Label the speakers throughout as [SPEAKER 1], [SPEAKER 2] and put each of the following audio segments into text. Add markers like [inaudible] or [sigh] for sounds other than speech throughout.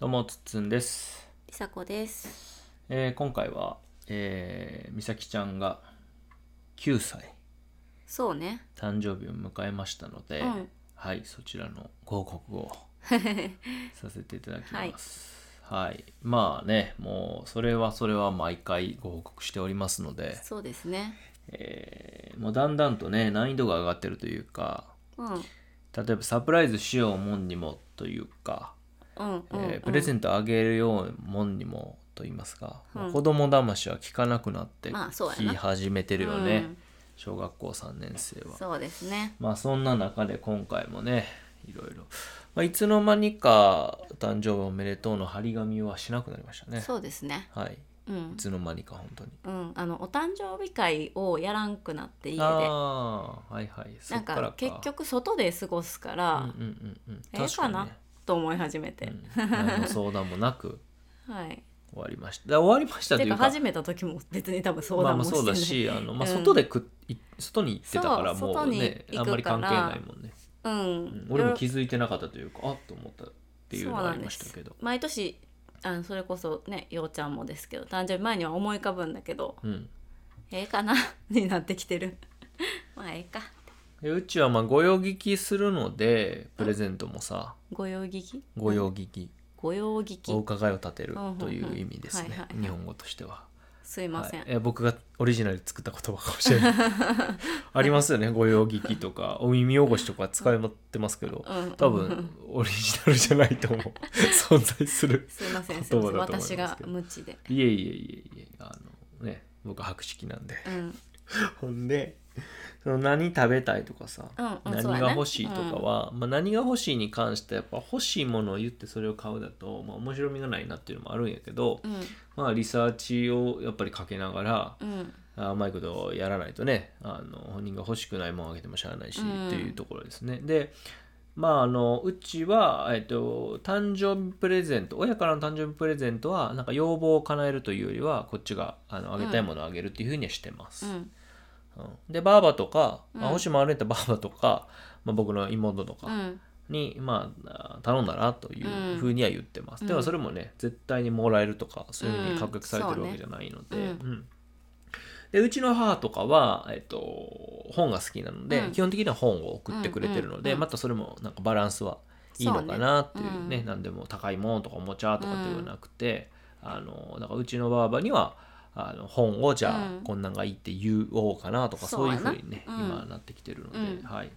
[SPEAKER 1] どうもつっつんです、
[SPEAKER 2] りさこです。
[SPEAKER 1] えー今回は、えー、美咲ちゃんが9歳
[SPEAKER 2] そうね。
[SPEAKER 1] 誕生日を迎えましたので、
[SPEAKER 2] うん
[SPEAKER 1] はいそちらのご報告 [laughs] をさせていただきますはい、まあねもうそれはそれは毎回ご報告しておりますので、
[SPEAKER 2] そうですね。
[SPEAKER 1] えーもうだんだんとね難易度が上がってるというか
[SPEAKER 2] うん。うん
[SPEAKER 1] 例えばサプライズしようもんにもというか
[SPEAKER 2] うん、
[SPEAKER 1] えープレゼ
[SPEAKER 2] ン
[SPEAKER 1] ントあげるようもんにもと言いますか、
[SPEAKER 2] うん
[SPEAKER 1] もう子供騙しは聞かなくなって
[SPEAKER 2] まあそうや
[SPEAKER 1] 聞
[SPEAKER 2] な
[SPEAKER 1] き始めてるよね、小学校3年生は
[SPEAKER 2] そうですね。
[SPEAKER 1] まあそんな中で今回もねいろいろ、まあ、いつの間にか「誕生日おめでとう」の張り紙はしなくなりましたね
[SPEAKER 2] そうですね。
[SPEAKER 1] はい
[SPEAKER 2] うん
[SPEAKER 1] い。つの間にか本当に
[SPEAKER 2] うん。あのお誕生日会をやらんくなって家で。
[SPEAKER 1] ああはいはいそ
[SPEAKER 2] なん
[SPEAKER 1] っから
[SPEAKER 2] か
[SPEAKER 1] か
[SPEAKER 2] 結局外で過ごすから、
[SPEAKER 1] うんうんうんうん
[SPEAKER 2] ええ
[SPEAKER 1] 確か
[SPEAKER 2] か
[SPEAKER 1] に
[SPEAKER 2] な
[SPEAKER 1] ね
[SPEAKER 2] と思い始めて、
[SPEAKER 1] うん何の相談もなく
[SPEAKER 2] はい。
[SPEAKER 1] 終わりましただ終わりましたと
[SPEAKER 2] [laughs] て
[SPEAKER 1] いう
[SPEAKER 2] か
[SPEAKER 1] か
[SPEAKER 2] 始めた時も別に多分
[SPEAKER 1] ま
[SPEAKER 2] 相
[SPEAKER 1] あ
[SPEAKER 2] 談
[SPEAKER 1] まあ
[SPEAKER 2] もし
[SPEAKER 1] そ
[SPEAKER 2] て
[SPEAKER 1] う
[SPEAKER 2] ない。
[SPEAKER 1] だしあの、まあ、
[SPEAKER 2] うん
[SPEAKER 1] 外でく、い外に行ってたから
[SPEAKER 2] そう
[SPEAKER 1] もうね
[SPEAKER 2] 外に
[SPEAKER 1] あ
[SPEAKER 2] 行くから
[SPEAKER 1] んまり関係ないもんね、
[SPEAKER 2] う
[SPEAKER 1] うんん。俺も気づいてなかったというかあっと思ったっていうの
[SPEAKER 2] そう
[SPEAKER 1] があ
[SPEAKER 2] なん
[SPEAKER 1] り
[SPEAKER 2] で
[SPEAKER 1] ますしたけど
[SPEAKER 2] 毎年あのそれこそねようちゃんもですけど誕生日前には思い浮かぶんだけど
[SPEAKER 1] うん
[SPEAKER 2] ええかな [laughs] になってきてる [laughs] まあええか
[SPEAKER 1] でうちはまあご用聞きするのでプレゼントもさ
[SPEAKER 2] ご用聞き
[SPEAKER 1] ご用聞き、
[SPEAKER 2] ご用聞き
[SPEAKER 1] お伺いを立てる
[SPEAKER 2] うんうんうん
[SPEAKER 1] という意味ですね、
[SPEAKER 2] はいはい
[SPEAKER 1] 日本語としては、
[SPEAKER 2] すいません、
[SPEAKER 1] はいえ僕がオリジナルで作った言葉かもしれ
[SPEAKER 2] [laughs]
[SPEAKER 1] ないありますよねご用聞きとかお耳汚しとか使いまってますけど
[SPEAKER 2] うん
[SPEAKER 1] 多
[SPEAKER 2] う
[SPEAKER 1] 分
[SPEAKER 2] ん
[SPEAKER 1] オリジナルじゃないと思う存在する
[SPEAKER 2] [laughs] すいませんすい
[SPEAKER 1] 言
[SPEAKER 2] ま
[SPEAKER 1] 葉
[SPEAKER 2] せん
[SPEAKER 1] だと思いますけ
[SPEAKER 2] 私
[SPEAKER 1] ど
[SPEAKER 2] が無知で
[SPEAKER 1] いえいえいえいえあのね僕博識なんで
[SPEAKER 2] うん
[SPEAKER 1] ほんでその何食べたいとかさ、
[SPEAKER 2] うんうんそう
[SPEAKER 1] 何
[SPEAKER 2] やね
[SPEAKER 1] が欲しいとかは、まあ、何が欲しいに関してやっぱ欲しいものを言ってそれを買うだと、まあ、面白みがないなっていうのもあるんやけど、
[SPEAKER 2] うん
[SPEAKER 1] まあリサーチをやっぱりかけながら
[SPEAKER 2] うん
[SPEAKER 1] あうまいことやらないとねあの本人が欲しくないもんあげてもしゃあないし、
[SPEAKER 2] うん
[SPEAKER 1] っていうところですねでまああのうちは、えっと、誕生日プレゼント親からの誕生日プレゼントはなんか要望を叶えるというよりはこっちがあのあげたいものをあげるっていうふうにはしてます、
[SPEAKER 2] う
[SPEAKER 1] うん
[SPEAKER 2] ん
[SPEAKER 1] でばあばとか、
[SPEAKER 2] うん
[SPEAKER 1] あ星回れたばあばとか、まあ、僕の妹と
[SPEAKER 2] う
[SPEAKER 1] か
[SPEAKER 2] ん
[SPEAKER 1] に、まああ頼んだらというふうには言ってます、
[SPEAKER 2] うん
[SPEAKER 1] でもそれもね絶対にもらえるとかそういうふうに
[SPEAKER 2] うん
[SPEAKER 1] 確約されてるわけじゃないので、
[SPEAKER 2] そうね
[SPEAKER 1] うんでうちの母とかは、えっと、本が好きなので、
[SPEAKER 2] うん
[SPEAKER 1] 基本的には本を送ってくれてるので、
[SPEAKER 2] うんうんうん
[SPEAKER 1] またそれもなんかバランスはいいのかなっていうね
[SPEAKER 2] そうねうん
[SPEAKER 1] 何でも高いものとかおもちゃとかではなくて、あのだからうちのばあばにはあの本をじゃあ
[SPEAKER 2] うん
[SPEAKER 1] こんなんがいいって言おうかなとか、
[SPEAKER 2] そ
[SPEAKER 1] そう
[SPEAKER 2] う
[SPEAKER 1] いう
[SPEAKER 2] や
[SPEAKER 1] ふう
[SPEAKER 2] な
[SPEAKER 1] にね、
[SPEAKER 2] うん
[SPEAKER 1] 今なってきてるので、
[SPEAKER 2] うん
[SPEAKER 1] はい。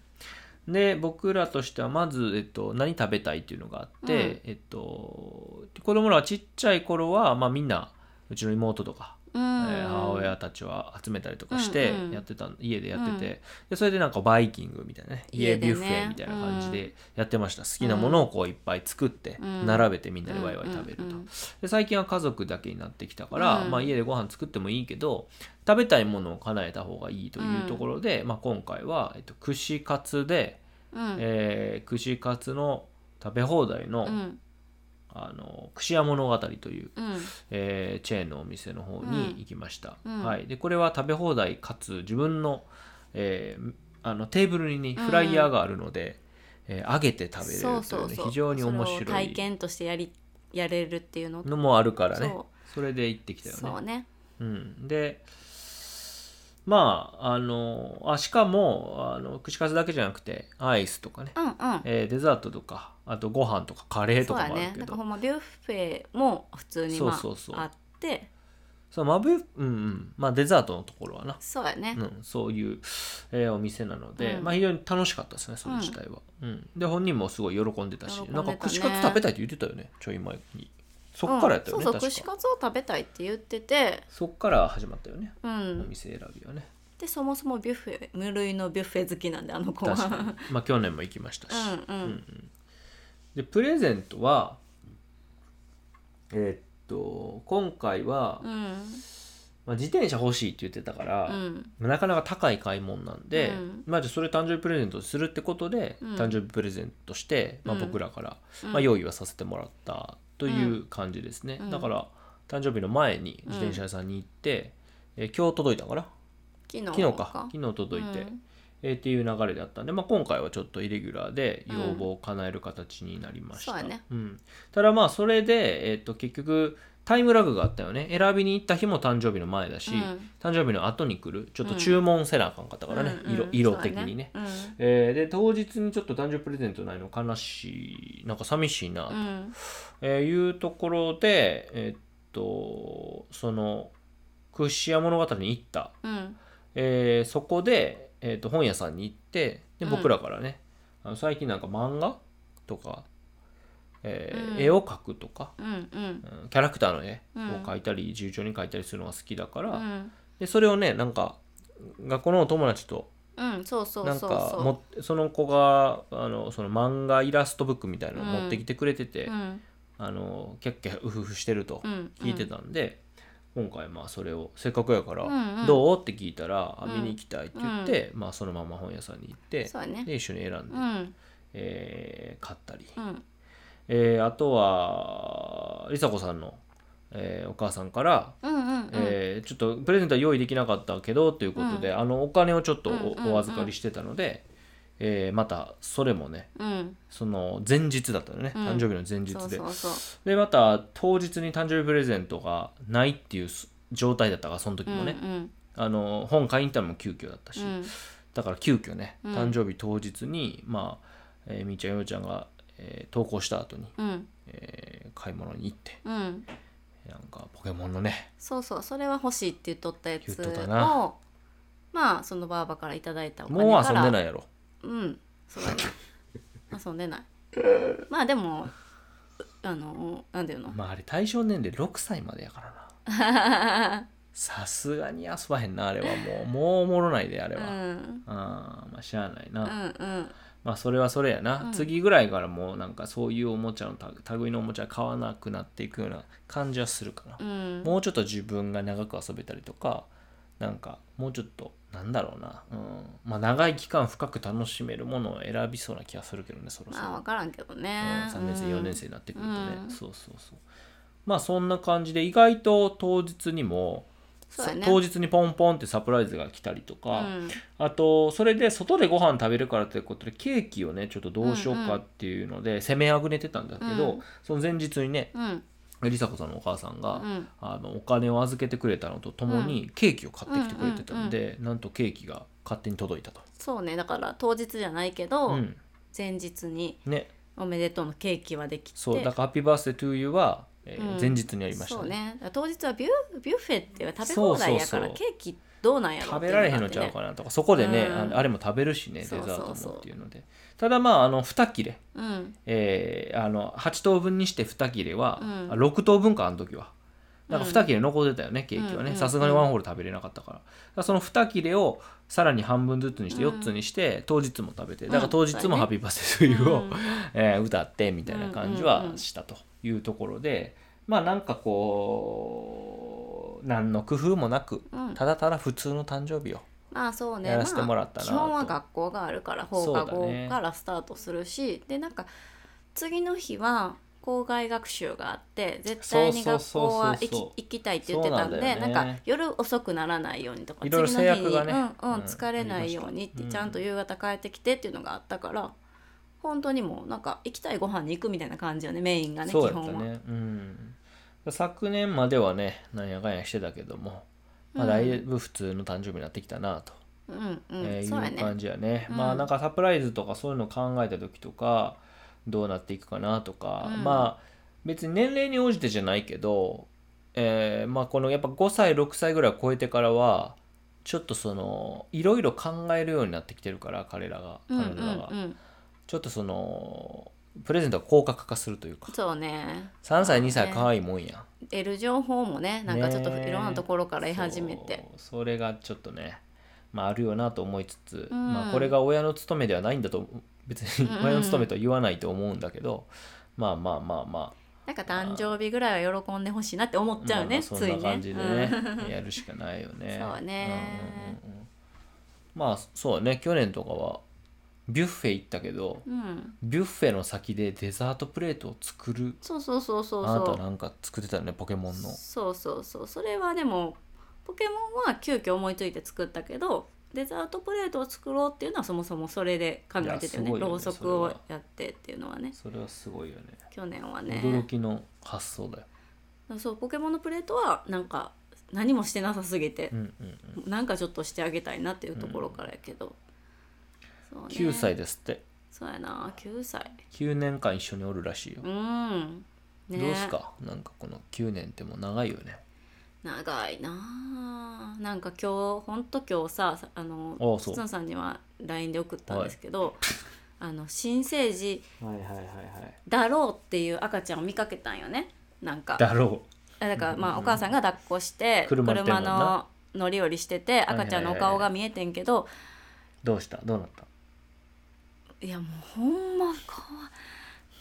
[SPEAKER 1] で僕らとしてはまず、えっと、何食べたいっていうのがあって、
[SPEAKER 2] うん
[SPEAKER 1] えっと、子供らはちっちゃい頃は、まあ、みんなうちの妹とか、
[SPEAKER 2] う
[SPEAKER 1] え
[SPEAKER 2] ん
[SPEAKER 1] ー母親たちは集めたりとかして
[SPEAKER 2] うんうん
[SPEAKER 1] やってた、家でやってて、
[SPEAKER 2] うん
[SPEAKER 1] でそれでなんかバイキングみたいなね家
[SPEAKER 2] 家で
[SPEAKER 1] ビュッ
[SPEAKER 2] ね
[SPEAKER 1] フェみたいな感じでやってました、好きなものをこういっぱい作って、
[SPEAKER 2] うん
[SPEAKER 1] 並べてみんなでワイワイ食べると、
[SPEAKER 2] うんうんうん
[SPEAKER 1] で最近は家族だけになってきたから、
[SPEAKER 2] うん
[SPEAKER 1] まあ、家でご飯作ってもいいけど食べたいものを叶えた方がいいというところで、まあ、今回は、えっと、串カツで、
[SPEAKER 2] うん
[SPEAKER 1] えー串カツの食べ放題の,、
[SPEAKER 2] うん
[SPEAKER 1] あの串屋物語という、
[SPEAKER 2] うん
[SPEAKER 1] えーチェーンのお店の方に行きました、
[SPEAKER 2] うんうん
[SPEAKER 1] はい、でこれは食べ放題かつ自分の,、えーあのテーブルにね、フライヤーがあるので、えー揚げて食べれるという,、
[SPEAKER 2] そ
[SPEAKER 1] ね、
[SPEAKER 2] うそうそう
[SPEAKER 1] 非常に面
[SPEAKER 2] それを
[SPEAKER 1] 白
[SPEAKER 2] 体
[SPEAKER 1] い
[SPEAKER 2] 験としてやりやれるっていうの
[SPEAKER 1] のもあるからね
[SPEAKER 2] そ
[SPEAKER 1] それで行ってきたよね
[SPEAKER 2] そうね
[SPEAKER 1] うん、でまああのあしかもあの串カツだけじゃなくてアイスとかね、
[SPEAKER 2] うんうん
[SPEAKER 1] えーデザートとかあとご飯とかカレーと
[SPEAKER 2] そう
[SPEAKER 1] か
[SPEAKER 2] や
[SPEAKER 1] もある
[SPEAKER 2] ね
[SPEAKER 1] け
[SPEAKER 2] なん
[SPEAKER 1] ど
[SPEAKER 2] かほんまビュッフェも普通にまあ
[SPEAKER 1] そうそうそう
[SPEAKER 2] あって
[SPEAKER 1] そうまぶうんうんまあデザートのところはな、
[SPEAKER 2] そうやね
[SPEAKER 1] うん、そういう、えーお店なので、
[SPEAKER 2] うん
[SPEAKER 1] まあ非常に楽しかったですねそれ自体は、うんで本人もすごい喜んでたし
[SPEAKER 2] 喜んで
[SPEAKER 1] な
[SPEAKER 2] た
[SPEAKER 1] ん
[SPEAKER 2] ね
[SPEAKER 1] か串カツ食べたいって言ってたよねちょい前にそっからやったよね、
[SPEAKER 2] うんそうそう
[SPEAKER 1] 確
[SPEAKER 2] 串
[SPEAKER 1] か
[SPEAKER 2] カツを食べたいって言ってて
[SPEAKER 1] そっから始まったよね、
[SPEAKER 2] う
[SPEAKER 1] お
[SPEAKER 2] ん
[SPEAKER 1] 店選びはね
[SPEAKER 2] でそもそもビュッフェ無類のビュッフェ好きなんであの子は
[SPEAKER 1] 確か
[SPEAKER 2] [laughs]
[SPEAKER 1] にまあ去年も行きましたし、
[SPEAKER 2] うんうん、
[SPEAKER 1] でプレゼントはえーっと今回は、
[SPEAKER 2] うん
[SPEAKER 1] まあ、自転車欲しいって言ってたから、
[SPEAKER 2] うん
[SPEAKER 1] なかなか高い買い物なんで、
[SPEAKER 2] うん
[SPEAKER 1] まあじゃあそれ誕生日プレゼントするってことで、
[SPEAKER 2] うん
[SPEAKER 1] 誕生日プレゼントして、まあ、
[SPEAKER 2] うん
[SPEAKER 1] 僕らから、
[SPEAKER 2] うん
[SPEAKER 1] まあ、用意はさせてもらったという感じですね、
[SPEAKER 2] うん
[SPEAKER 1] だから誕生日の前に自転車屋さんに行って、えー今日届いたのかな
[SPEAKER 2] 昨日
[SPEAKER 1] 昨日か昨日届いて、
[SPEAKER 2] うん
[SPEAKER 1] えーっていう流れだったんで、まあ、今回はちょっとイレギュラーで要望を叶える形になりました、
[SPEAKER 2] うんそうやね
[SPEAKER 1] んただまあそれで、えー、と結局タイムラグがあったよね選びに行った日も誕生日の前だし、
[SPEAKER 2] うん
[SPEAKER 1] 誕生日の後に来るちょっと注文せなあかんかったからね、色色的にね。
[SPEAKER 2] うん
[SPEAKER 1] えーで当日にちょっと誕生日プレゼントないの悲しいなんか寂しいな
[SPEAKER 2] そうやねうん
[SPEAKER 1] えーいうところで、えーっと、その、屈指屋物語に行った。
[SPEAKER 2] うん
[SPEAKER 1] えーそこで、えーっと、本屋さんに行って、で、
[SPEAKER 2] うん
[SPEAKER 1] 僕らからね、あの最近なんか漫画とか、えー
[SPEAKER 2] うん
[SPEAKER 1] 絵を描くとか、
[SPEAKER 2] うんうん
[SPEAKER 1] うんキャラクターの絵
[SPEAKER 2] うん
[SPEAKER 1] を描いたり、重調に描いたりするのが好きだから、
[SPEAKER 2] うん
[SPEAKER 1] で、それをね、なんか、学校のお友達と
[SPEAKER 2] うんそうそう
[SPEAKER 1] な
[SPEAKER 2] そ
[SPEAKER 1] ん
[SPEAKER 2] う
[SPEAKER 1] か
[SPEAKER 2] そう
[SPEAKER 1] もその子があのその漫画イラストブックみたいなのを持ってきてくれてて、
[SPEAKER 2] うん
[SPEAKER 1] あのキャッキャウフフしてると
[SPEAKER 2] うん
[SPEAKER 1] 聞いてたんで、今回まあそれをせっかくやから「
[SPEAKER 2] うんうん
[SPEAKER 1] どう?」って聞いたら、あ
[SPEAKER 2] うん
[SPEAKER 1] 見に行きたい」って言って、まあ、そのまま本屋さんに行って、
[SPEAKER 2] そうやね
[SPEAKER 1] で一緒に選んで、
[SPEAKER 2] うん
[SPEAKER 1] えー買ったり、
[SPEAKER 2] うん
[SPEAKER 1] えーあとは梨紗子さんの、えーお母さんから
[SPEAKER 2] うんうんうん
[SPEAKER 1] えーちょっとプレゼントは用意できなかったけどということで、あのお金をちょっとお,、
[SPEAKER 2] うんうんうん
[SPEAKER 1] お預かりしてたので、えーまたそれもね
[SPEAKER 2] うん
[SPEAKER 1] その前日だったのね、
[SPEAKER 2] うん
[SPEAKER 1] 誕生日の前日で
[SPEAKER 2] そうそうそう
[SPEAKER 1] でまた当日に誕生日プレゼントがないっていうす状態だったからその時
[SPEAKER 2] うん
[SPEAKER 1] もね、
[SPEAKER 2] うん
[SPEAKER 1] あの本買いに行ったのも急遽だったし、
[SPEAKER 2] うん
[SPEAKER 1] だから急遽ね
[SPEAKER 2] うん
[SPEAKER 1] 誕生日当日に、まあ、えーみーちゃんようちゃんが、えー投稿した後に、
[SPEAKER 2] うん
[SPEAKER 1] えー買い物に行って
[SPEAKER 2] うん
[SPEAKER 1] なんかポケモンのね
[SPEAKER 2] そうそうそれは欲しいって言っとったやつ
[SPEAKER 1] 言っとったな
[SPEAKER 2] をまあそのばあばからいただいたお金
[SPEAKER 1] もう
[SPEAKER 2] か
[SPEAKER 1] 遊
[SPEAKER 2] ら
[SPEAKER 1] んでないやろ
[SPEAKER 2] うん
[SPEAKER 1] [laughs]
[SPEAKER 2] そうだね遊んでないまあでもあのなんていうの
[SPEAKER 1] まああれ対象年齢6歳までやからな
[SPEAKER 2] [laughs]
[SPEAKER 1] さすがに遊ばへんなあれはもうもうおもろないであれ
[SPEAKER 2] うんう
[SPEAKER 1] は、うん、
[SPEAKER 2] ん
[SPEAKER 1] まあしゃあないな、
[SPEAKER 2] うん
[SPEAKER 1] まあそれはそれやな、
[SPEAKER 2] うん
[SPEAKER 1] 次ぐらいからもうなんかそういうおもちゃのた類のおもちゃ買わなくなっていくような感じはするかな、
[SPEAKER 2] うん
[SPEAKER 1] もうちょっと自分が長く遊べたりとかなんかもうちょっとなんだろうな、うんまあ、長い期間深く楽しめるものを選びそうな気がするけどねそろそろ、
[SPEAKER 2] まあ分からんけどね
[SPEAKER 1] うん3年生
[SPEAKER 2] うん
[SPEAKER 1] 4年生になってくるとね、
[SPEAKER 2] うん
[SPEAKER 1] そうそうそうまあそんな感じで意外と当日にも、
[SPEAKER 2] そうやね
[SPEAKER 1] 当日にポンポンってサプライズが来たりとか、
[SPEAKER 2] うん
[SPEAKER 1] あとそれで外でご飯食べるからということでケーキをねちょっとどうしようかっていうので攻めあぐねてたんだけど、
[SPEAKER 2] うん
[SPEAKER 1] その前日にね
[SPEAKER 2] うん
[SPEAKER 1] 梨紗子さんのお母さんが、
[SPEAKER 2] うん
[SPEAKER 1] あのお金を預けてくれたのとともにケーキを買ってきてくれてたんで、なんとケーキが勝手に届いたと。
[SPEAKER 2] そうねだから当日じゃないけど、
[SPEAKER 1] うん
[SPEAKER 2] 前日に
[SPEAKER 1] ね、
[SPEAKER 2] おめでとうのケーキはできて
[SPEAKER 1] そうだから「ハッピーバースデートゥーユーは」えー
[SPEAKER 2] うん
[SPEAKER 1] 前日にやりました
[SPEAKER 2] そう
[SPEAKER 1] ね。
[SPEAKER 2] ねだから当日はビュービュッフェっていうか食べ放題やから
[SPEAKER 1] そうそうそう
[SPEAKER 2] ケーキどうなんやろ
[SPEAKER 1] 食
[SPEAKER 2] って
[SPEAKER 1] べ
[SPEAKER 2] いう
[SPEAKER 1] ら
[SPEAKER 2] があ
[SPEAKER 1] れ
[SPEAKER 2] ってね
[SPEAKER 1] へんのちゃうかなとかそこでね、
[SPEAKER 2] うん
[SPEAKER 1] あのあれも食べるしねデザ
[SPEAKER 2] そうそう
[SPEAKER 1] ー
[SPEAKER 2] そう
[SPEAKER 1] トもっていうのでただまああの2切れ、
[SPEAKER 2] うん
[SPEAKER 1] えーあの8等分にして2切れは、
[SPEAKER 2] うん
[SPEAKER 1] あ6等分かあの時はなんか
[SPEAKER 2] うん
[SPEAKER 1] 2切れ残ってたよね、ケーキは
[SPEAKER 2] うんうんう
[SPEAKER 1] ね
[SPEAKER 2] ん
[SPEAKER 1] さすがにワンホール食べれなかったからだからその2切れをさらに半分ずつにして
[SPEAKER 2] うん
[SPEAKER 1] 4つにして、当日も食べて
[SPEAKER 2] うん
[SPEAKER 1] だから当日も「ハッピーバースデー」というを、
[SPEAKER 2] うん
[SPEAKER 1] [laughs] えー歌ってみたいな感じ
[SPEAKER 2] うんうん
[SPEAKER 1] は
[SPEAKER 2] うん
[SPEAKER 1] したというところで、まあなんかこう何の工夫もなく
[SPEAKER 2] うん
[SPEAKER 1] ただただ普通の誕生日を
[SPEAKER 2] まあそうね
[SPEAKER 1] やらせてもらったなと
[SPEAKER 2] まあ、基本は学校があるから放課
[SPEAKER 1] そうだ
[SPEAKER 2] 後
[SPEAKER 1] ね
[SPEAKER 2] からスタートするし、でなんか次の日は校外学習があって絶対に学校は
[SPEAKER 1] そうそうそう
[SPEAKER 2] 行
[SPEAKER 1] そう
[SPEAKER 2] き行きたいって言ってたんで
[SPEAKER 1] そうなんだよ
[SPEAKER 2] な
[SPEAKER 1] ね
[SPEAKER 2] んか夜遅くならないようにとか
[SPEAKER 1] いろいろ
[SPEAKER 2] 次の日
[SPEAKER 1] 制約がね
[SPEAKER 2] うんうん
[SPEAKER 1] うん
[SPEAKER 2] 疲れないように
[SPEAKER 1] ありまし
[SPEAKER 2] っ
[SPEAKER 1] た
[SPEAKER 2] て
[SPEAKER 1] うん
[SPEAKER 2] ちゃんと夕方帰ってきてっていうのがあったから、本当にもうなんか行きたいご飯に行くみたいな感じよねメインがね
[SPEAKER 1] そう
[SPEAKER 2] 基
[SPEAKER 1] やった
[SPEAKER 2] 本は。
[SPEAKER 1] ね、うん、昨年まではねなんやかんやしてたけども、まあ、
[SPEAKER 2] うん
[SPEAKER 1] だいぶ普通の誕生日になってきたなと、
[SPEAKER 2] うんうん、
[SPEAKER 1] えー
[SPEAKER 2] そうや
[SPEAKER 1] いう感
[SPEAKER 2] ね。
[SPEAKER 1] じやね、
[SPEAKER 2] うん
[SPEAKER 1] まあなんかサプライズとかそういうの考えた時とかどうなっていくかなとか、
[SPEAKER 2] うん
[SPEAKER 1] まあ別に年齢に応じてじゃないけど、えーまあ、このやっぱ5歳6歳ぐらいを超えてからはちょっとそのいろいろ考えるようになってきてるから彼らが
[SPEAKER 2] うん
[SPEAKER 1] 彼
[SPEAKER 2] う
[SPEAKER 1] 女
[SPEAKER 2] ん
[SPEAKER 1] らが、
[SPEAKER 2] うん、
[SPEAKER 1] ちょっとそのプレゼントが広角化するというか
[SPEAKER 2] そうね。
[SPEAKER 1] 3歳2歳
[SPEAKER 2] ね
[SPEAKER 1] 可愛いもんやん。
[SPEAKER 2] 得る情報もねなんかちょっと
[SPEAKER 1] ねえ
[SPEAKER 2] いろんなところから得始めて、
[SPEAKER 1] そうそれがちょっとね、まあ、あるよなと思いつつ、
[SPEAKER 2] うん
[SPEAKER 1] まあ、これが親の務めではないんだと別に
[SPEAKER 2] うんうん
[SPEAKER 1] 親の務めとは言わないと思うんだけど、まあまあまあまあ
[SPEAKER 2] なんか誕生日ぐらいは喜んでほしいなって思っち
[SPEAKER 1] ま
[SPEAKER 2] ゃう
[SPEAKER 1] あま
[SPEAKER 2] ね、
[SPEAKER 1] あそんな感
[SPEAKER 2] つ
[SPEAKER 1] じ
[SPEAKER 2] い
[SPEAKER 1] で
[SPEAKER 2] ね
[SPEAKER 1] ね、やるしかないよね。
[SPEAKER 2] そうね
[SPEAKER 1] うんうんうんうんまあそうね去年とかはビュッフェ行ったけど
[SPEAKER 2] うん、うん
[SPEAKER 1] ビュッフェの先でデザートプレートを作る
[SPEAKER 2] そうそうそうそう
[SPEAKER 1] あな
[SPEAKER 2] そ
[SPEAKER 1] た
[SPEAKER 2] う
[SPEAKER 1] なんか作ってたよねポケモンの。
[SPEAKER 2] そうそうそうそれはでもポケモンは急遽思いついて作ったけどデザートプレートを作ろうっていうのはそもそもそれで考えてた
[SPEAKER 1] い
[SPEAKER 2] よ
[SPEAKER 1] やすごい
[SPEAKER 2] ね
[SPEAKER 1] よね
[SPEAKER 2] ろうそくをやってっていうのはね
[SPEAKER 1] それはすごいよね
[SPEAKER 2] 去年はね
[SPEAKER 1] 驚きの発想だよ、
[SPEAKER 2] そうポケモンのプレートはなんか何もしてなさすぎて
[SPEAKER 1] うん、うんうん、
[SPEAKER 2] なんかちょっとしてあげたいなっていうところからやけど、そうね
[SPEAKER 1] 9歳ですって
[SPEAKER 2] そうやな9歳
[SPEAKER 1] 9年間一緒におるらしいよ、
[SPEAKER 2] うんね
[SPEAKER 1] どうすかなんかこの9年ってもう長いよね
[SPEAKER 2] 長いなあなんか今日ほんと今日さあの
[SPEAKER 1] ああそう
[SPEAKER 2] スツンさんには LINE で送ったんですけど、あの新生児
[SPEAKER 1] はいはいはいはい
[SPEAKER 2] だろうっていう赤ちゃんを見かけたんよねなんか
[SPEAKER 1] だろ
[SPEAKER 2] あだからま
[SPEAKER 1] うん
[SPEAKER 2] あ
[SPEAKER 1] うん
[SPEAKER 2] お母さんが抱っこして
[SPEAKER 1] 車
[SPEAKER 2] 車
[SPEAKER 1] 乗ってんもんな
[SPEAKER 2] の乗り降りしてて赤ちゃんのお顔が見えてんけど、
[SPEAKER 1] うどうしたどうなった
[SPEAKER 2] いやもうほんまかわ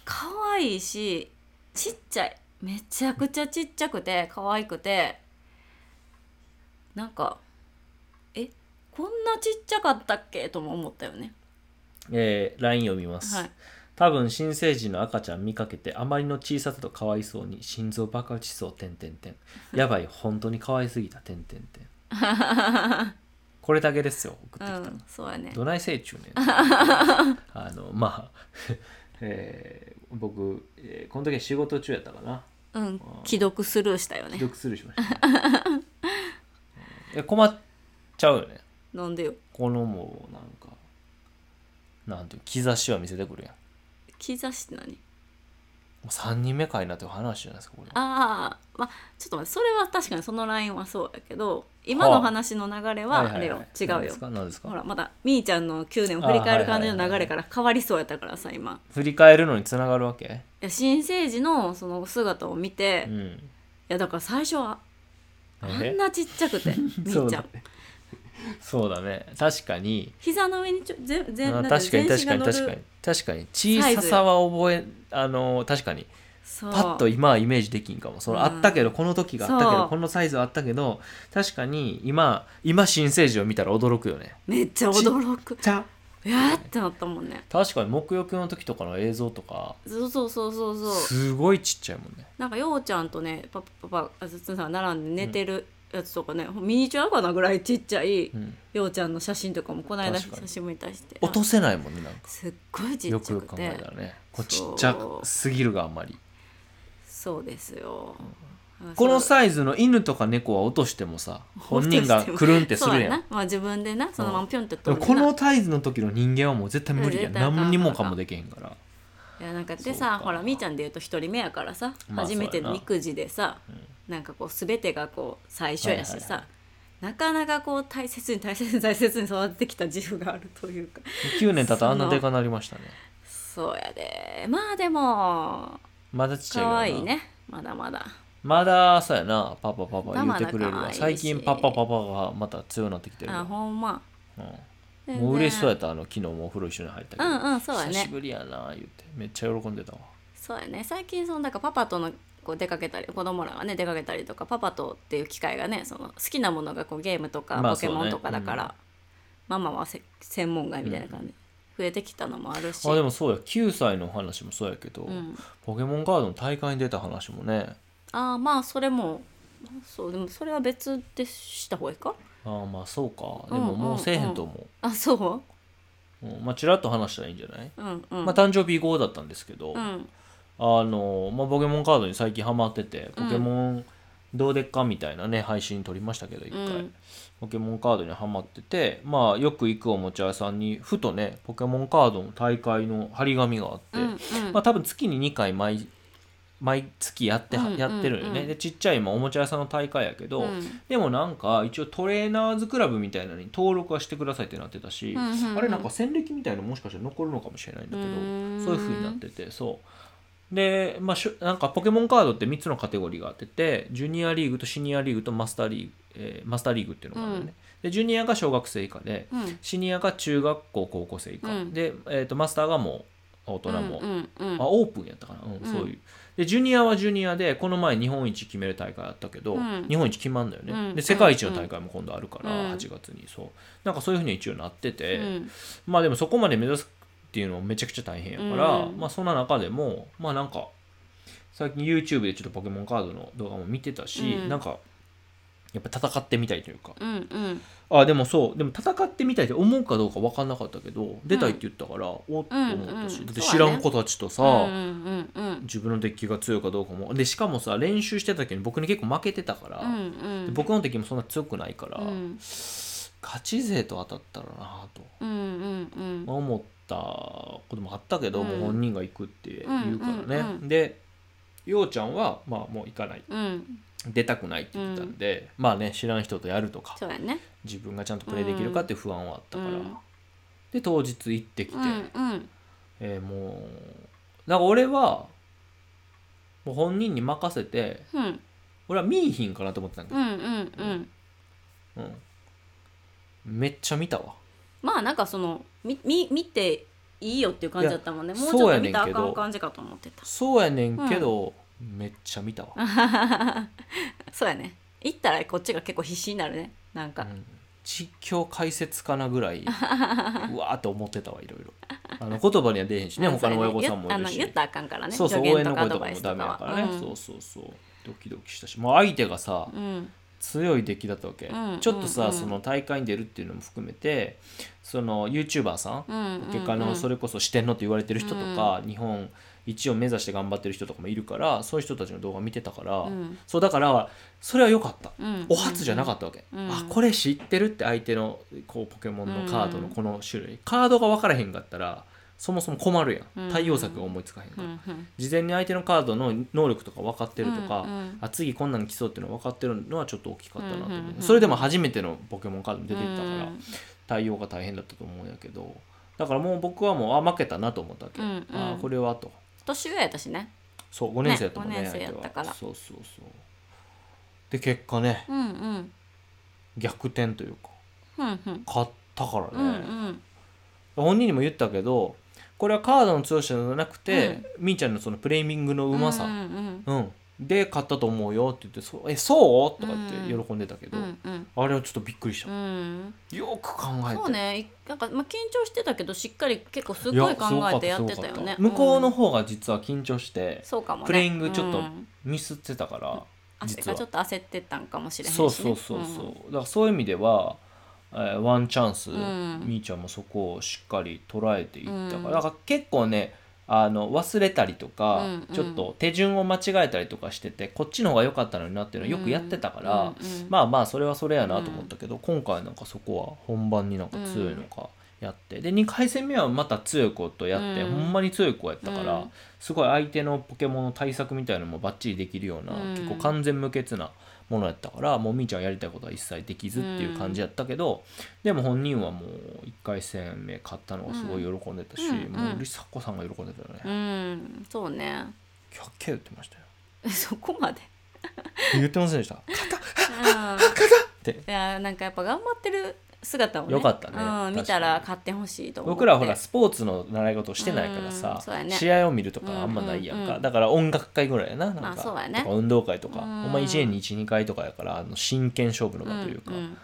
[SPEAKER 2] かわいいしちっちゃいめちゃくちゃちっちゃくて可愛くてなんかえこんなちっちゃかったっけとも思ったよね
[SPEAKER 1] えー、LINE 読みます、
[SPEAKER 2] はい
[SPEAKER 1] 多分新生児の赤ちゃん見かけてあまりの小ささとかわいそうに心臓爆発しそうてんてんてんやばい本当にかわいすぎたてんてん
[SPEAKER 2] [laughs]
[SPEAKER 1] てんこれだけですよ送
[SPEAKER 2] う
[SPEAKER 1] ってきたの
[SPEAKER 2] んそうやね
[SPEAKER 1] どないせいちゅ
[SPEAKER 2] [laughs]
[SPEAKER 1] うねんあのまあ、 [laughs] えー僕、えーこの時は仕事中やったかな
[SPEAKER 2] うん既読スルーしたよね
[SPEAKER 1] 既読スルーしました、ね
[SPEAKER 2] [laughs]
[SPEAKER 1] うんいや困っちゃうよね
[SPEAKER 2] なんでよ
[SPEAKER 1] このもうなんかなんていう兆しは見せてくるやん
[SPEAKER 2] 兆しって何
[SPEAKER 1] もう3人目かいなっていう話じゃないですかこれ
[SPEAKER 2] ああまあちょっと待ってそれは確かにそのラインはそうやけど今の話の流れはあれよ、違うよ
[SPEAKER 1] 何ですか
[SPEAKER 2] ほらまだみーちゃんの9年を振り返る感じの流れから変わりそうやったからさ今
[SPEAKER 1] 振り返るのにつながるわけ
[SPEAKER 2] いや新生児のその姿を見て、
[SPEAKER 1] う
[SPEAKER 2] い
[SPEAKER 1] ん
[SPEAKER 2] やだから最初はあ
[SPEAKER 1] え
[SPEAKER 2] んなちっち
[SPEAKER 1] [laughs]
[SPEAKER 2] ゃくてみ
[SPEAKER 1] そ
[SPEAKER 2] ー
[SPEAKER 1] う
[SPEAKER 2] ちゃ
[SPEAKER 1] だ
[SPEAKER 2] ん
[SPEAKER 1] ねそうだね確かに
[SPEAKER 2] 膝の上にちょぜんぜん
[SPEAKER 1] あ
[SPEAKER 2] なんて
[SPEAKER 1] 確かに
[SPEAKER 2] 全
[SPEAKER 1] 確
[SPEAKER 2] 身
[SPEAKER 1] か
[SPEAKER 2] が
[SPEAKER 1] に
[SPEAKER 2] 乗
[SPEAKER 1] 確か
[SPEAKER 2] る
[SPEAKER 1] に確かに小ささは覚えあの確かに
[SPEAKER 2] そう
[SPEAKER 1] パッと今はイメージできんかもそのあったけどこの時があったけ
[SPEAKER 2] そ
[SPEAKER 1] ど
[SPEAKER 2] う
[SPEAKER 1] このサイズはあったけど確かに今今新生児を見たら驚くよね
[SPEAKER 2] めっちゃ驚く
[SPEAKER 1] じゃ
[SPEAKER 2] うわーってなったもんね
[SPEAKER 1] 確かに沐浴の時とかの映像とか
[SPEAKER 2] そうそうそうそうそう
[SPEAKER 1] すごいちっちゃいもんね
[SPEAKER 2] なんかようちゃんとねパパパパあずつんさんが並んで寝てるやつとかね、ミニチュアかなぐらいちっちゃい、
[SPEAKER 1] うん
[SPEAKER 2] ようちゃんの写真とかもこの間
[SPEAKER 1] 確かに
[SPEAKER 2] 写真見たりして
[SPEAKER 1] 落とせないもんねなんか
[SPEAKER 2] すっごいち
[SPEAKER 1] よ
[SPEAKER 2] っ
[SPEAKER 1] く
[SPEAKER 2] ちゃ
[SPEAKER 1] よ
[SPEAKER 2] く
[SPEAKER 1] く考
[SPEAKER 2] て
[SPEAKER 1] えたらねこうち
[SPEAKER 2] そう
[SPEAKER 1] っちゃすぎるがあんまり
[SPEAKER 2] そうですよ、あ
[SPEAKER 1] この
[SPEAKER 2] そう
[SPEAKER 1] サイズの犬とか猫は落としてもさ本人がくるんってす
[SPEAKER 2] そう
[SPEAKER 1] る
[SPEAKER 2] や
[SPEAKER 1] や、
[SPEAKER 2] なんまあ、自分でなそのままピョンって
[SPEAKER 1] で
[SPEAKER 2] 飛
[SPEAKER 1] も
[SPEAKER 2] んでな
[SPEAKER 1] このサイズの時の人間はもう絶対無理やん
[SPEAKER 2] 絶対あかん
[SPEAKER 1] 何にもかもできへんから
[SPEAKER 2] いやなんか
[SPEAKER 1] そう
[SPEAKER 2] で
[SPEAKER 1] か
[SPEAKER 2] さほらみーちゃんで言うと一人目やからさ、
[SPEAKER 1] まあ
[SPEAKER 2] 初めての
[SPEAKER 1] そうやな
[SPEAKER 2] 育児でさ、なんかこう全てがこう最初やしさ、
[SPEAKER 1] はいはいは
[SPEAKER 2] なかなかこう大切に大切に大切に育ってきた自負があるというか
[SPEAKER 1] 9年経ったらあんなでかなりましたね
[SPEAKER 2] そうやでまあでも
[SPEAKER 1] まだちっちゃいけどな
[SPEAKER 2] 可愛いねまだまだ
[SPEAKER 1] まだそうやなパパパパ言
[SPEAKER 2] ま
[SPEAKER 1] う
[SPEAKER 2] だ
[SPEAKER 1] て
[SPEAKER 2] まだ
[SPEAKER 1] くれる
[SPEAKER 2] 可
[SPEAKER 1] わ
[SPEAKER 2] 愛いし
[SPEAKER 1] 最近パパパパがまた強くなってきてる
[SPEAKER 2] あ
[SPEAKER 1] わ、
[SPEAKER 2] ほんま
[SPEAKER 1] うん、もう嬉しそうやったあの昨日もお風呂一緒に入ったけど、
[SPEAKER 2] うんうんそうやね
[SPEAKER 1] 久しぶりやな言ってめっちゃ喜んでたわ
[SPEAKER 2] そうやね最近そのなんかパパとのこう出かけたり子供らがね出かけたりとかパパとっていう機会がねその好きなものがこうゲームとか
[SPEAKER 1] まあ
[SPEAKER 2] ポケモンとかだから、
[SPEAKER 1] そう
[SPEAKER 2] ママはせ専門外みたいな感じ、増えてきたのもあるし
[SPEAKER 1] あでもそうや9歳の話もそうやけど、
[SPEAKER 2] うん、
[SPEAKER 1] ポケモンカードの大会に出た話もね
[SPEAKER 2] ああまあそれもそうでもそれは別でした方がいいか
[SPEAKER 1] ああまあそうか
[SPEAKER 2] うん
[SPEAKER 1] でももうせえへんと思、
[SPEAKER 2] あそう
[SPEAKER 1] うんまあちらっと話したらいいんじゃない、
[SPEAKER 2] ううんうん、
[SPEAKER 1] まあ、誕生日以降だったんですけど、
[SPEAKER 2] うん
[SPEAKER 1] あの、まあ、ポケモンカードに最近ハマってて、ポケモンどうでっかみたいなね、配信撮りましたけど、一回、
[SPEAKER 2] うん
[SPEAKER 1] ポケモンカードにハマってて、まあ、よく行くおもちゃ屋さんに、ふとね、ポケモンカードの大会の張り紙があって、
[SPEAKER 2] うんうん
[SPEAKER 1] まあ、多分月に2回毎、毎月やっては、
[SPEAKER 2] うん
[SPEAKER 1] やってるよね、
[SPEAKER 2] うん
[SPEAKER 1] でちっちゃい、まあ、おもちゃ屋さんの大会やけど、
[SPEAKER 2] うん
[SPEAKER 1] でもなんか一応トレーナーズクラブみたいなのに登録はしてくださいってなってたし、
[SPEAKER 2] うんうんうん
[SPEAKER 1] あれなんか戦歴みたいなのもしかしたら残るのかもしれないんだけど
[SPEAKER 2] うーん
[SPEAKER 1] そういう風になっててそうで、まあ、しゅなんかポケモンカードって3つのカテゴリーがあっててジュニアリーグとシニアリーグとマスターリーグ、えーマスターリーグっていうのがあるよね、
[SPEAKER 2] うん
[SPEAKER 1] でジュニアが小学生以下で
[SPEAKER 2] うん
[SPEAKER 1] シニアが中学校高校生以下、
[SPEAKER 2] うん
[SPEAKER 1] で、えー、とマスターがもう大人も、
[SPEAKER 2] うんうんうん
[SPEAKER 1] あオープンやったかな、うん
[SPEAKER 2] ん
[SPEAKER 1] そういうでジュニアはジュニアでこの前日本一決める大会あったけど、
[SPEAKER 2] うん
[SPEAKER 1] 日本一決まんだよね、
[SPEAKER 2] うん
[SPEAKER 1] で世界一の大会も今度あるから、
[SPEAKER 2] うん
[SPEAKER 1] 8月にそうなんかそういうふうに一応なってて、
[SPEAKER 2] うん
[SPEAKER 1] まあでもそこまで目指すっていうのもめちゃくちゃ大変やから、
[SPEAKER 2] うん
[SPEAKER 1] まあそんな中でもまあなんか最近 YouTube でちょっとポケモンカードの動画も見てたし、
[SPEAKER 2] うん
[SPEAKER 1] なんかやっぱ戦ってみたいというか
[SPEAKER 2] うんうん
[SPEAKER 1] あでもそうでも戦ってみたいって思うかどうか分かんなかったけど出たいって言ったから、おっと思ったし、
[SPEAKER 2] うんうん
[SPEAKER 1] だって
[SPEAKER 2] そ
[SPEAKER 1] 知
[SPEAKER 2] うだ
[SPEAKER 1] ら
[SPEAKER 2] ね
[SPEAKER 1] ん子たちとさ、
[SPEAKER 2] うんうんうん
[SPEAKER 1] 自分のデッキが強いかどうかもでしかもさ練習してた時に僕に結構負けてたから、
[SPEAKER 2] うんう
[SPEAKER 1] で
[SPEAKER 2] ん
[SPEAKER 1] 僕の時もそんな強くないから、
[SPEAKER 2] うん
[SPEAKER 1] 勝ち勢と当たったらなぁと
[SPEAKER 2] うんうんうん
[SPEAKER 1] まあ思ったこともあったけど、
[SPEAKER 2] うん
[SPEAKER 1] もう本人が行くって言うからね、
[SPEAKER 2] うんうんうん
[SPEAKER 1] でようちゃんは、まあ、もう行かない
[SPEAKER 2] うん
[SPEAKER 1] 出たくないって言ったんで、まあね知らん人とやるとか
[SPEAKER 2] そうやね
[SPEAKER 1] 自分がちゃんとプレイできるかって不安はあったから、
[SPEAKER 2] うん
[SPEAKER 1] で当日行ってきて、
[SPEAKER 2] うんうん
[SPEAKER 1] えーもうなんか俺はもう本人に任せて
[SPEAKER 2] うん
[SPEAKER 1] 俺は見いひんかなと思ってたんだ
[SPEAKER 2] うんうんうん
[SPEAKER 1] けど、うんめっちゃ見たわ
[SPEAKER 2] まあなんかそのみみ見ていいよっていう感じだったもんね
[SPEAKER 1] い
[SPEAKER 2] も
[SPEAKER 1] や
[SPEAKER 2] うちょっ
[SPEAKER 1] そう
[SPEAKER 2] と
[SPEAKER 1] やね
[SPEAKER 2] 見
[SPEAKER 1] んけ
[SPEAKER 2] た
[SPEAKER 1] ど
[SPEAKER 2] らあかん感じかと思ってた [laughs]
[SPEAKER 1] そうやねんけど、めっちゃ見たわ、
[SPEAKER 2] そうやね行ったらこっちが結構必死になるねなんか
[SPEAKER 1] うん実況解説かなぐ
[SPEAKER 2] [laughs]
[SPEAKER 1] らいうわーって思ってたわいろいろあの言葉には出えへんしね
[SPEAKER 2] うん
[SPEAKER 1] 他
[SPEAKER 2] そうや
[SPEAKER 1] の親御さんもい
[SPEAKER 2] 言っ
[SPEAKER 1] る
[SPEAKER 2] あの
[SPEAKER 1] し
[SPEAKER 2] 言ったらあかんからね
[SPEAKER 1] そうそう
[SPEAKER 2] 助
[SPEAKER 1] 応
[SPEAKER 2] 言
[SPEAKER 1] 援
[SPEAKER 2] と
[SPEAKER 1] の
[SPEAKER 2] かア
[SPEAKER 1] 声とか
[SPEAKER 2] ドバイ
[SPEAKER 1] も
[SPEAKER 2] スとか
[SPEAKER 1] ダメや
[SPEAKER 2] は
[SPEAKER 1] からね、
[SPEAKER 2] うん
[SPEAKER 1] そうそうそうドキドキしたしもう相手がさ、
[SPEAKER 2] うん
[SPEAKER 1] 強い出来だったわけ、
[SPEAKER 2] うん
[SPEAKER 1] ちょっとさ、
[SPEAKER 2] うんうん
[SPEAKER 1] その大会に出るっていうのも含めてその YouTuber さん、
[SPEAKER 2] うん
[SPEAKER 1] 結果あのそ
[SPEAKER 2] れ
[SPEAKER 1] れこそ四天王って言われてる人とか、日本一を目指して頑張ってる人とかもいるからそういう人たちの動画見てたから、
[SPEAKER 2] うん
[SPEAKER 1] そうだからそれは良かった、
[SPEAKER 2] うん
[SPEAKER 1] お初じゃなかったわけ、
[SPEAKER 2] うん
[SPEAKER 1] あこれ知ってるって相手のこうポケモンのカードのこの種類、カードが分からへんかったらそもそも困るや
[SPEAKER 2] うんん
[SPEAKER 1] 対応策が思いつかへんから、
[SPEAKER 2] うんうん
[SPEAKER 1] 事前に相手のカードの能力とか分かってるとか、
[SPEAKER 2] うんうん
[SPEAKER 1] あ次こんなの来そうっていうの分かってるのはちょっと大きかったなと思う、
[SPEAKER 2] うんうんうん
[SPEAKER 1] それでも初めてのポケモンカードも出てきたから、
[SPEAKER 2] うん
[SPEAKER 1] 対応が大変だったと思うんやけどだからもう僕はもうあ負けたなと思ったわけ、
[SPEAKER 2] うんうん
[SPEAKER 1] あこれはと
[SPEAKER 2] 年上やったしね
[SPEAKER 1] そう5年生やったもんね
[SPEAKER 2] ね
[SPEAKER 1] 相手
[SPEAKER 2] 五年生やったから
[SPEAKER 1] はそうそうそうで結果ね
[SPEAKER 2] うんうん
[SPEAKER 1] 逆転というか
[SPEAKER 2] うんうん
[SPEAKER 1] 勝ったからね、
[SPEAKER 2] うんうん
[SPEAKER 1] 本人にも言ったけどこれはカードの強さじゃなくて、みーちゃんのそのプレイミングのうまさ、
[SPEAKER 2] うんうん
[SPEAKER 1] うん、で買ったと思うよって言って「そうえそう?」とか言って喜んでたけ
[SPEAKER 2] う
[SPEAKER 1] ど、
[SPEAKER 2] んうん
[SPEAKER 1] あれはちょっとびっくりし
[SPEAKER 2] う
[SPEAKER 1] た、
[SPEAKER 2] ん
[SPEAKER 1] よく考えて
[SPEAKER 2] そうねいなんか、まあ、緊張してたけどしっかり結構すっごい考えてやってたよね
[SPEAKER 1] 向こうの
[SPEAKER 2] ん
[SPEAKER 1] 方が実は緊張して
[SPEAKER 2] そうかもね
[SPEAKER 1] プレイングちょっと
[SPEAKER 2] うん
[SPEAKER 1] ミスってたから、
[SPEAKER 2] 汗
[SPEAKER 1] 実
[SPEAKER 2] が
[SPEAKER 1] は
[SPEAKER 2] ちょっと焦ってたんかもしれへんし、
[SPEAKER 1] そ
[SPEAKER 2] ね、
[SPEAKER 1] うそうそうそう、だからそういう意味では、えーワンチャンス、
[SPEAKER 2] うん
[SPEAKER 1] みーちゃんもそこをしっかり捉えていったから、
[SPEAKER 2] うん
[SPEAKER 1] だから結構ねあの忘れたりとか、
[SPEAKER 2] うんうん
[SPEAKER 1] ちょっと手順を間違えたりとかしててこっちの方が良かったのになっていうのはよくやってたから、
[SPEAKER 2] うんうん
[SPEAKER 1] まあまあそれはそれやなと思ったけど、今回なんかそこは本番になんか強いのかやって、で2回戦目はまた強い子とやって、
[SPEAKER 2] うん
[SPEAKER 1] ほんまに強い子やったから、
[SPEAKER 2] うん
[SPEAKER 1] すごい相手のポケモンの対策みたいなのもバッチリできるような、
[SPEAKER 2] うん
[SPEAKER 1] 結構完全無欠なものやったからもうみーちゃんはやりたいことは一切できずっていう感じやったけど、でも本人はもう1回戦目勝ったのがすごい喜んでたし、
[SPEAKER 2] うんうん
[SPEAKER 1] もうリサコさんが喜んでたよね、
[SPEAKER 2] うんそうね [laughs]
[SPEAKER 1] キャッキャ言ってましたよ
[SPEAKER 2] そこまで
[SPEAKER 1] 言ってませんでした
[SPEAKER 2] うん
[SPEAKER 1] て
[SPEAKER 2] いやなんかやっぱ頑張ってる姿を、ね、
[SPEAKER 1] よかったね
[SPEAKER 2] うん、見たら買ってほしいと思って
[SPEAKER 1] 僕らはほらスポーツの習い事をしてないから
[SPEAKER 2] うん
[SPEAKER 1] さ
[SPEAKER 2] そうや、ね
[SPEAKER 1] 試合を見るとかあんまないやんか、
[SPEAKER 2] うんうんうん
[SPEAKER 1] だから音楽会ぐらいやななんか
[SPEAKER 2] あそうやね
[SPEAKER 1] とか運動会とか、
[SPEAKER 2] うん
[SPEAKER 1] ほんま1年に12回とかやからあの真剣勝負の場というか、
[SPEAKER 2] ん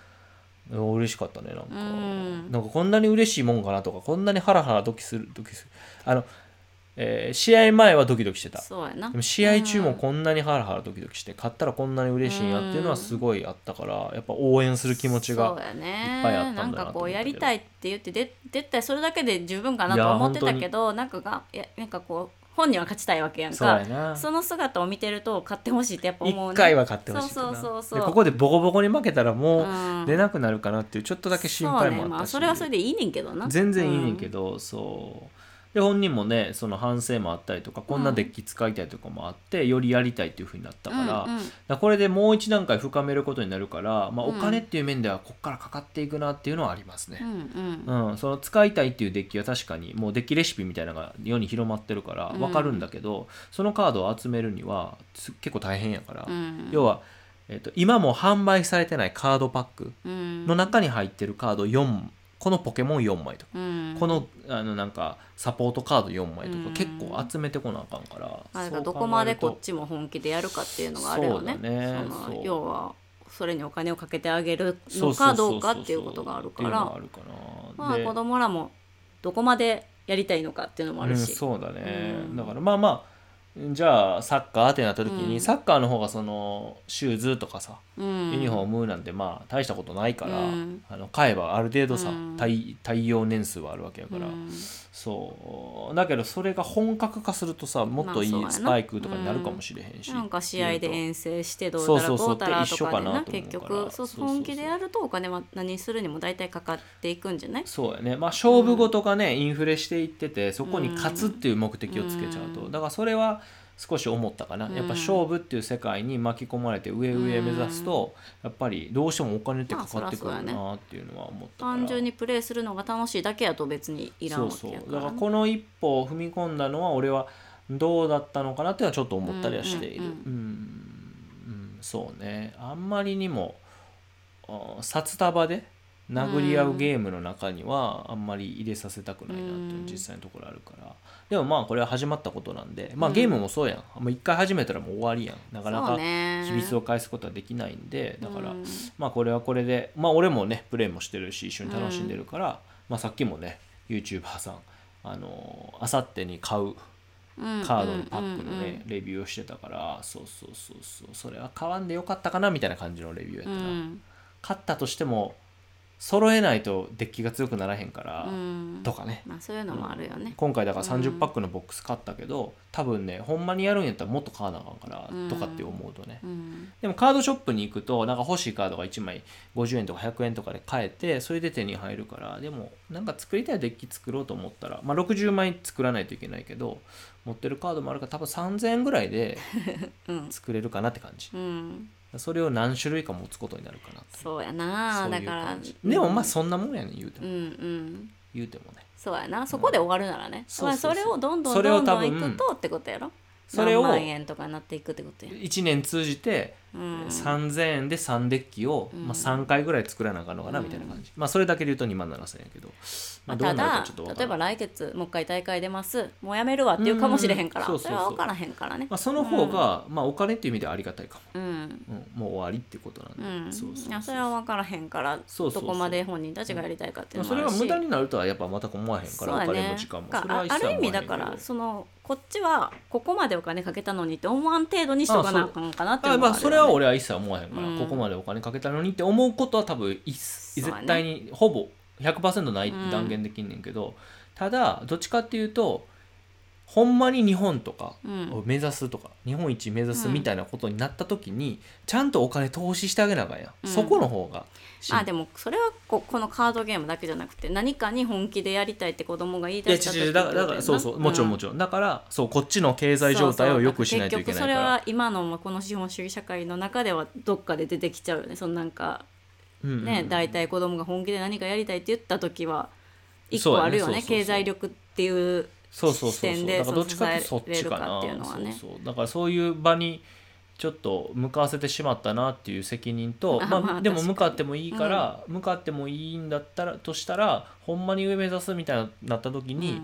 [SPEAKER 1] 嬉しかったねなんか、
[SPEAKER 2] うん
[SPEAKER 1] なんかこんなに嬉しいもんかなとかこんなにハラハラドキするドキするあの、えー試合前はドキドキして
[SPEAKER 2] うん
[SPEAKER 1] た
[SPEAKER 2] そうやな
[SPEAKER 1] でも試合中もこんなにハラハラドキドキして勝ったらこんなに嬉しいんやっていうのはすごいあったからやっぱ応援する気持ち
[SPEAKER 2] そう
[SPEAKER 1] が
[SPEAKER 2] や
[SPEAKER 1] い
[SPEAKER 2] ね
[SPEAKER 1] っぱいあったんだなと思ったけど
[SPEAKER 2] なんかこうやりたいって言ってで絶対それだけで十分かなと思ってたけどなんかがいやなんかこう本人は勝ちたいわけやん
[SPEAKER 1] そう
[SPEAKER 2] か
[SPEAKER 1] やな
[SPEAKER 2] その姿を見てると買ってほしいってやっぱ思うね
[SPEAKER 1] 一回は勝ってほしい
[SPEAKER 2] そうそうそうそう
[SPEAKER 1] でここでボコボコに負けたらもう
[SPEAKER 2] うん
[SPEAKER 1] 出なくなるかなっていうちょっとだけ心配も
[SPEAKER 2] そうね
[SPEAKER 1] あ
[SPEAKER 2] ま
[SPEAKER 1] っ
[SPEAKER 2] あ、
[SPEAKER 1] たし、
[SPEAKER 2] それはそれでいいねんけどな
[SPEAKER 1] 全然いいねんけ
[SPEAKER 2] ど、
[SPEAKER 1] ど、そうで本人もねその反省もあったりとかこんなデッキ使いたいとかもあって、よりやりたいっていうふうになった
[SPEAKER 2] う
[SPEAKER 1] か
[SPEAKER 2] ん
[SPEAKER 1] ら,、
[SPEAKER 2] うんうん
[SPEAKER 1] これでもう一段階深めることになるから、まあ、
[SPEAKER 2] う
[SPEAKER 1] お
[SPEAKER 2] ん
[SPEAKER 1] 金っていう面ではこっからかかっていくなっていうのはありますね。
[SPEAKER 2] う
[SPEAKER 1] うん
[SPEAKER 2] んうん
[SPEAKER 1] その使いたいっていうデッキは確かにもうデッキレシピみたいなのが世に広まってるから
[SPEAKER 2] うん
[SPEAKER 1] 分かるんだけど、そのカードを集めるにはつ結構大変やから、
[SPEAKER 2] うん
[SPEAKER 1] 要は、えっと今も販売されてないカードパック
[SPEAKER 2] うん
[SPEAKER 1] の中に入ってるカード4このポケモン4枚とか、
[SPEAKER 2] うん
[SPEAKER 1] このあのなんかサポートカード4枚と
[SPEAKER 2] う
[SPEAKER 1] か
[SPEAKER 2] ん
[SPEAKER 1] 結構集めてこなあかんから、
[SPEAKER 2] まあ、だ
[SPEAKER 1] そ
[SPEAKER 2] か
[SPEAKER 1] う考
[SPEAKER 2] らどこまでこ
[SPEAKER 1] える
[SPEAKER 2] っ
[SPEAKER 1] と
[SPEAKER 2] ちも本気でやるかっていうのがあるよね
[SPEAKER 1] そうだね
[SPEAKER 2] その
[SPEAKER 1] そう
[SPEAKER 2] 要はそれにお金をかけてあげる
[SPEAKER 1] そ
[SPEAKER 2] の
[SPEAKER 1] うそ
[SPEAKER 2] か
[SPEAKER 1] うそう
[SPEAKER 2] ど
[SPEAKER 1] そう
[SPEAKER 2] うかっていうことがあるか
[SPEAKER 1] っていうの
[SPEAKER 2] ら
[SPEAKER 1] があるかな
[SPEAKER 2] まあ
[SPEAKER 1] で
[SPEAKER 2] 子供らもどこまでやりたいのかっていうのもある
[SPEAKER 1] うん
[SPEAKER 2] し、
[SPEAKER 1] そうだね、
[SPEAKER 2] うん
[SPEAKER 1] だからまあまあじゃあサッカーってなった時に、
[SPEAKER 2] うん
[SPEAKER 1] サッカーの方がそのシューズとかさ
[SPEAKER 2] うん、
[SPEAKER 1] ユニフォームなんてまあ大したことないから、
[SPEAKER 2] うん
[SPEAKER 1] あの買えばある程度さ、
[SPEAKER 2] うん
[SPEAKER 1] 対対応年数はあるわけやから、
[SPEAKER 2] うん
[SPEAKER 1] そうだけどそれが本格化するとさもっとい
[SPEAKER 2] まあそうや
[SPEAKER 1] い
[SPEAKER 2] な
[SPEAKER 1] スパイクとかになるかもしれへんし、
[SPEAKER 2] なんか試合で遠征してど
[SPEAKER 1] そうう
[SPEAKER 2] た
[SPEAKER 1] そ
[SPEAKER 2] ら
[SPEAKER 1] うそう
[SPEAKER 2] こうたらとかでな
[SPEAKER 1] って一緒かなと
[SPEAKER 2] 結
[SPEAKER 1] 思うから
[SPEAKER 2] 局そ
[SPEAKER 1] そう
[SPEAKER 2] う
[SPEAKER 1] そうそう
[SPEAKER 2] 本気でやるとお金は何するにも大体かかっていくんじゃない
[SPEAKER 1] そうやねまあ勝負事がね、インフレしていっててそこに勝つっていう目的をつけちゃうと、
[SPEAKER 2] うん
[SPEAKER 1] だからそれは少し思ったかな、
[SPEAKER 2] うん
[SPEAKER 1] やっぱ勝負っていう世界に巻き込まれて上上目指すと、やっぱりどうしてもお金ってかかってくる
[SPEAKER 2] まあそらそうやね
[SPEAKER 1] なっていうのは思ったから、
[SPEAKER 2] 単純にプレーするのが楽しいだけやと別にいらんわけや
[SPEAKER 1] そう
[SPEAKER 2] か
[SPEAKER 1] そう
[SPEAKER 2] ら
[SPEAKER 1] だからこの一歩を踏み込んだのは俺はどうだったのかなっていうのはちょっと思ったりはしているう
[SPEAKER 2] うんん
[SPEAKER 1] うんそうねあんまりにもあ札束で殴り合うゲームの中にはあんまり入れさせたくないなっていううん実際のところあるからでもまあこれは始まったことなんでまあ
[SPEAKER 2] うん
[SPEAKER 1] ゲームもそうやんもう一回始めたらもう終わりやんなかな
[SPEAKER 2] そう
[SPEAKER 1] か
[SPEAKER 2] ね
[SPEAKER 1] 秘密を返すことはできないんでだから
[SPEAKER 2] うん
[SPEAKER 1] まあこれはこれでまあ俺もねプレイもしてるし一緒に楽しんでるから、まあさっきもね YouTuber さんあのあさってに買う
[SPEAKER 2] うん
[SPEAKER 1] カードのパックの
[SPEAKER 2] うんうん
[SPEAKER 1] ね、レビューをしてたからそうそうそうそうそれは買わんでよかったかなみたいな感じのレビューやったな、
[SPEAKER 2] うん
[SPEAKER 1] 買ったとしても揃えないとデッキが強くならへんから、
[SPEAKER 2] うん
[SPEAKER 1] とかね
[SPEAKER 2] まあそういうのもあるよね
[SPEAKER 1] 今回だから
[SPEAKER 2] う
[SPEAKER 1] 30
[SPEAKER 2] ん
[SPEAKER 1] パックのボックス買ったけど、多分ねほんまにやるんやったらもっと買わなあかんから、
[SPEAKER 2] うん
[SPEAKER 1] とかって思うとね
[SPEAKER 2] うん
[SPEAKER 1] でもカードショップに行くとなんか欲しいカードが1枚50円とか100円とかで買えてそれで手に入るからでもなんか作りたいデッキ作ろうと思ったら、まあ、60枚作らないといけないけど持ってるカードもあるから多分3000円ぐらいで
[SPEAKER 2] うん
[SPEAKER 1] 作れるかなって感じ
[SPEAKER 2] うん
[SPEAKER 1] それを何種類か持つことになるかなと
[SPEAKER 2] そうやな
[SPEAKER 1] そう
[SPEAKER 2] だ
[SPEAKER 1] いう
[SPEAKER 2] から
[SPEAKER 1] 感じでもまあ
[SPEAKER 2] うん
[SPEAKER 1] そんなもんやねん言うて
[SPEAKER 2] う
[SPEAKER 1] も
[SPEAKER 2] んうん
[SPEAKER 1] 言うてもね
[SPEAKER 2] そうやなそこで終わるならね
[SPEAKER 1] そう
[SPEAKER 2] まあ
[SPEAKER 1] そうそう
[SPEAKER 2] それをどんどん
[SPEAKER 1] それを
[SPEAKER 2] どん
[SPEAKER 1] 多
[SPEAKER 2] ど
[SPEAKER 1] 分
[SPEAKER 2] んいくとってことやろ
[SPEAKER 1] それを
[SPEAKER 2] 何万円とかになっていくってことや
[SPEAKER 1] 1年通じて
[SPEAKER 2] うん
[SPEAKER 1] 3000円で3デッキを、
[SPEAKER 2] うん
[SPEAKER 1] まあ、3回ぐらい作らなあかんのかなみたいな感じ、まあそれだけで言うと2万7000円やけど、まあ、
[SPEAKER 2] まあ
[SPEAKER 1] どう
[SPEAKER 2] た
[SPEAKER 1] なる
[SPEAKER 2] だ
[SPEAKER 1] かちょっとわか
[SPEAKER 2] 例え
[SPEAKER 1] らん
[SPEAKER 2] ば来月もう一回大会出ますもうやめるわっていうかもしれへんから、
[SPEAKER 1] うんうんうん
[SPEAKER 2] それは
[SPEAKER 1] そうそうそう
[SPEAKER 2] 分からへんからね
[SPEAKER 1] まあ、その方が、まあ、お金っていう意味ではありがたいか
[SPEAKER 2] うん
[SPEAKER 1] も、うん、もう終わりってことなんで、
[SPEAKER 2] うん
[SPEAKER 1] そうそうそう
[SPEAKER 2] いやそれは分からへんから
[SPEAKER 1] そうそうそう
[SPEAKER 2] どこまで本人たちがやりたいかってい
[SPEAKER 1] まあ
[SPEAKER 2] うの
[SPEAKER 1] それ
[SPEAKER 2] もある
[SPEAKER 1] は
[SPEAKER 2] し、
[SPEAKER 1] 無駄になるとはやっぱまたこう思わへんから、お金も時間も
[SPEAKER 2] か
[SPEAKER 1] それは一
[SPEAKER 2] あ
[SPEAKER 1] 切
[SPEAKER 2] る意
[SPEAKER 1] 思わへん
[SPEAKER 2] 味
[SPEAKER 1] け
[SPEAKER 2] だ
[SPEAKER 1] ど
[SPEAKER 2] からそのこっちはここまでお金かけたのにって思わん程度にしとかなあかんかなってい
[SPEAKER 1] あ
[SPEAKER 2] うのも
[SPEAKER 1] ま
[SPEAKER 2] あ
[SPEAKER 1] あ
[SPEAKER 2] る
[SPEAKER 1] そ
[SPEAKER 2] よ
[SPEAKER 1] れは
[SPEAKER 2] ね
[SPEAKER 1] 俺は一切思わへんから、
[SPEAKER 2] うん
[SPEAKER 1] ここまでお金かけたのにって思うことは多分いっす
[SPEAKER 2] そうやね
[SPEAKER 1] 絶対にほぼ100%ないって断言できんねんけど、ただどっちかっていうとほんまに日本とか
[SPEAKER 2] うん
[SPEAKER 1] を目指すとか、日本一目指すみたいなことになった時にちゃんとお金投資してあげなあかんや、、
[SPEAKER 2] うんん
[SPEAKER 1] そこの方が
[SPEAKER 2] あでもそれはここのカードゲームだけじゃなくて何かに本気でやりたいって子供が言い
[SPEAKER 1] いや
[SPEAKER 2] 出
[SPEAKER 1] 違
[SPEAKER 2] した
[SPEAKER 1] う違うだからだからそうそうもちろんも
[SPEAKER 2] ち
[SPEAKER 1] ちろん、だからそうこっちの経済状態を良くしないといけないから
[SPEAKER 2] 結局それは今のこの資本主義社会の中ではどっかで出てきちゃうよねそのなんか
[SPEAKER 1] うんうんうん
[SPEAKER 2] ね、大体子供が本気で何かやりたいって言った時は一
[SPEAKER 1] そうや
[SPEAKER 2] 個
[SPEAKER 1] ね
[SPEAKER 2] あるよね
[SPEAKER 1] そうそうそう
[SPEAKER 2] 経済力っていう
[SPEAKER 1] そうそうそうそ
[SPEAKER 2] 視
[SPEAKER 1] う
[SPEAKER 2] 点で
[SPEAKER 1] だからどっちかってそっちか
[SPEAKER 2] 支えれるか
[SPEAKER 1] な
[SPEAKER 2] っていうのはね
[SPEAKER 1] そうそうだからそういう場にちょっと向かわせてしまったなっていう責任と、
[SPEAKER 2] あ
[SPEAKER 1] まあ
[SPEAKER 2] まあ
[SPEAKER 1] でも
[SPEAKER 2] 確か
[SPEAKER 1] 向
[SPEAKER 2] に
[SPEAKER 1] かってもいいから、向かってもいいんだったらとしたらほんまに上目指すみたいになった時に、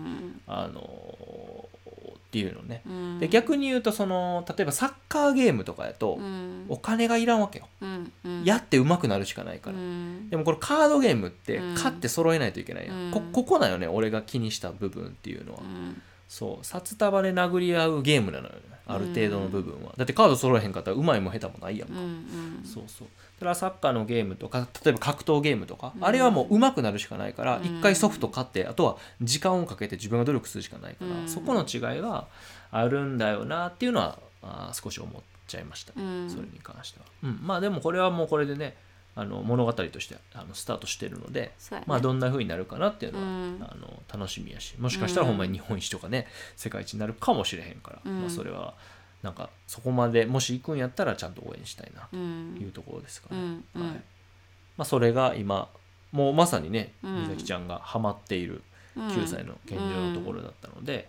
[SPEAKER 1] あのーっていうのね。
[SPEAKER 2] うん
[SPEAKER 1] で逆に言うとその例えばサッカーゲームとかやと、
[SPEAKER 2] うん
[SPEAKER 1] お金がいらんわけよ。
[SPEAKER 2] うんうん
[SPEAKER 1] やって上手くなるしかないから。
[SPEAKER 2] うん
[SPEAKER 1] でもこれカードゲームって
[SPEAKER 2] うん
[SPEAKER 1] 買って揃えないといけないやん、
[SPEAKER 2] うん
[SPEAKER 1] こここだよね俺が気にした部分っていうのは、
[SPEAKER 2] うん
[SPEAKER 1] そう札束で殴り合うゲームなのよねある程度の部分は、だってカード揃えへんかったらうまいも下手もないやん
[SPEAKER 2] う
[SPEAKER 1] か、
[SPEAKER 2] ん
[SPEAKER 1] そうそうだからサッカーのゲームとか例えば格闘ゲームとか、
[SPEAKER 2] うん
[SPEAKER 1] あれはもう上手くなるしかないから
[SPEAKER 2] うん
[SPEAKER 1] 一、回ソフト買ってあとは時間をかけて自分が努力するしかないから、
[SPEAKER 2] うん
[SPEAKER 1] そこの違いはあるんだよなっていうのはあー少し思っちゃいました、
[SPEAKER 2] うん
[SPEAKER 1] それに関しては、うん、まあでもこれはもうこれでねあの物語としてあのスタートしてるので、
[SPEAKER 2] そうやね
[SPEAKER 1] まあ、どんな風になるかなっていうのは、
[SPEAKER 2] うん
[SPEAKER 1] あの楽しみやしもしかしたら
[SPEAKER 2] うん
[SPEAKER 1] ほんまに日本一とかね、世界一になるかもしれへんから、
[SPEAKER 2] うん
[SPEAKER 1] まあ、それはなんかそこまでもし行くんやったらちゃんと応援したいな
[SPEAKER 2] う
[SPEAKER 1] というんところですか
[SPEAKER 2] う
[SPEAKER 1] ね、
[SPEAKER 2] んう
[SPEAKER 1] はい
[SPEAKER 2] ん
[SPEAKER 1] まあ、それが今もうまさにね
[SPEAKER 2] うん
[SPEAKER 1] 美咲ちゃんがハマっている
[SPEAKER 2] うん
[SPEAKER 1] 9歳の現状のところだったので、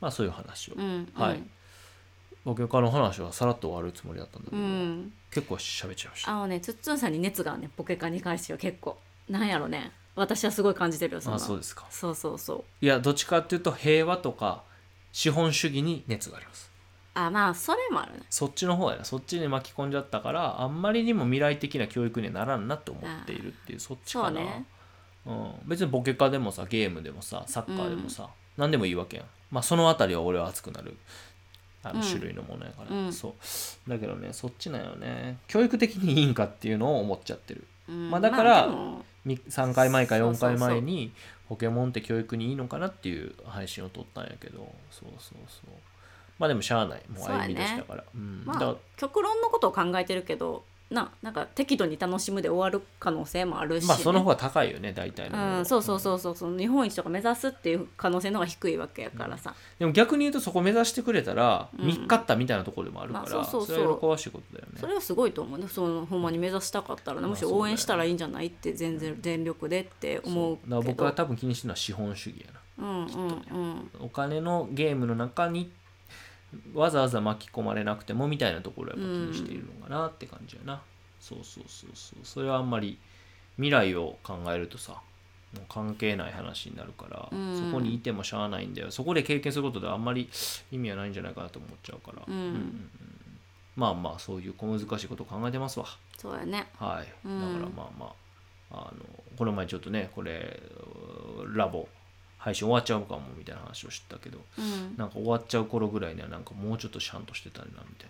[SPEAKER 1] まあそういう話を、
[SPEAKER 2] うん
[SPEAKER 1] はい僕からの話はさらっと終わるつもりだったんだけ
[SPEAKER 2] う
[SPEAKER 1] ど、
[SPEAKER 2] ん
[SPEAKER 1] 結構喋っちゃいました
[SPEAKER 2] あのねつっつんさんに熱があるねポケカに関しては結構なんやろね私はすごい感じてるよそん
[SPEAKER 1] あ
[SPEAKER 2] な
[SPEAKER 1] そうですか
[SPEAKER 2] そうそうそう
[SPEAKER 1] いやどっちかっていうと平和とか資本主義に熱があります
[SPEAKER 2] あまあそれもあるね
[SPEAKER 1] そっちの方やなそっちに巻き込んじゃったからあんまりにも未来的な教育にはならんなって思っているっていうそっち
[SPEAKER 2] そ
[SPEAKER 1] か
[SPEAKER 2] う
[SPEAKER 1] なう、
[SPEAKER 2] ね
[SPEAKER 1] ん、別にボケカでもさゲームでもさサッカーでもさ、何でもいいわけやん、まあ、その辺りは俺は熱くなるあ
[SPEAKER 2] う
[SPEAKER 1] の
[SPEAKER 2] ん
[SPEAKER 1] 種類のものやから、
[SPEAKER 2] うん
[SPEAKER 1] そうだけどねそっちなんよね教育的にいいんかっていうのを思っちゃってる
[SPEAKER 2] うん
[SPEAKER 1] まあだから
[SPEAKER 2] まあでも
[SPEAKER 1] み3回前か
[SPEAKER 2] そう
[SPEAKER 1] 4
[SPEAKER 2] そうそう
[SPEAKER 1] 回前にポケモンって教育にいいのかなっていう配信を撮ったんやけどそうそうそうまあでもしゃあないもう歩み出したからうん
[SPEAKER 2] ま
[SPEAKER 1] だ
[SPEAKER 2] あ極論のことを考えてるけどななんか適度に楽しむで終わる可能性もあるし、ね
[SPEAKER 1] まあその方が高いよね大体のもの
[SPEAKER 2] うん、そうそうそうそうその日本一とか目指すっていう可能性の方が低いわけやからさ、
[SPEAKER 1] でも逆に言うとそこ目指してくれたら
[SPEAKER 2] うん
[SPEAKER 1] 見っかったみたいなところでもあるから、
[SPEAKER 2] まあそうそうそう
[SPEAKER 1] れは喜ばしいことだよね
[SPEAKER 2] それはすごいと思うねそのほんまに目指したかったらね
[SPEAKER 1] まあ
[SPEAKER 2] むしろ応援したらいいんじゃないって全然全力でって思うけ
[SPEAKER 1] だから
[SPEAKER 2] ど
[SPEAKER 1] 僕は多分気にしてるのは資本主義やな
[SPEAKER 2] うんうんうん
[SPEAKER 1] お金のゲームの中にわざわざ巻き込まれなくてもみたいなところをやっぱ気にしているのかなって感じやな、そうそうそうそうそれはあんまり未来を考えるとさもう関係ない話になるから、
[SPEAKER 2] うん
[SPEAKER 1] そこにいてもしゃあないんだよそこで経験することであんまり意味はないんじゃないかなと思っちゃうから、
[SPEAKER 2] うん
[SPEAKER 1] まあまあそういう小難しいことを考えてますわ
[SPEAKER 2] そうやね
[SPEAKER 1] はい、
[SPEAKER 2] うん
[SPEAKER 1] だからまあまああのこの前ちょっとねこれラボ配信終わっちゃうかもみたいな話をしたけど
[SPEAKER 2] うん
[SPEAKER 1] なんか終わっちゃう頃ぐらいにはなんかもうちょっとシャンとしてたいなみたい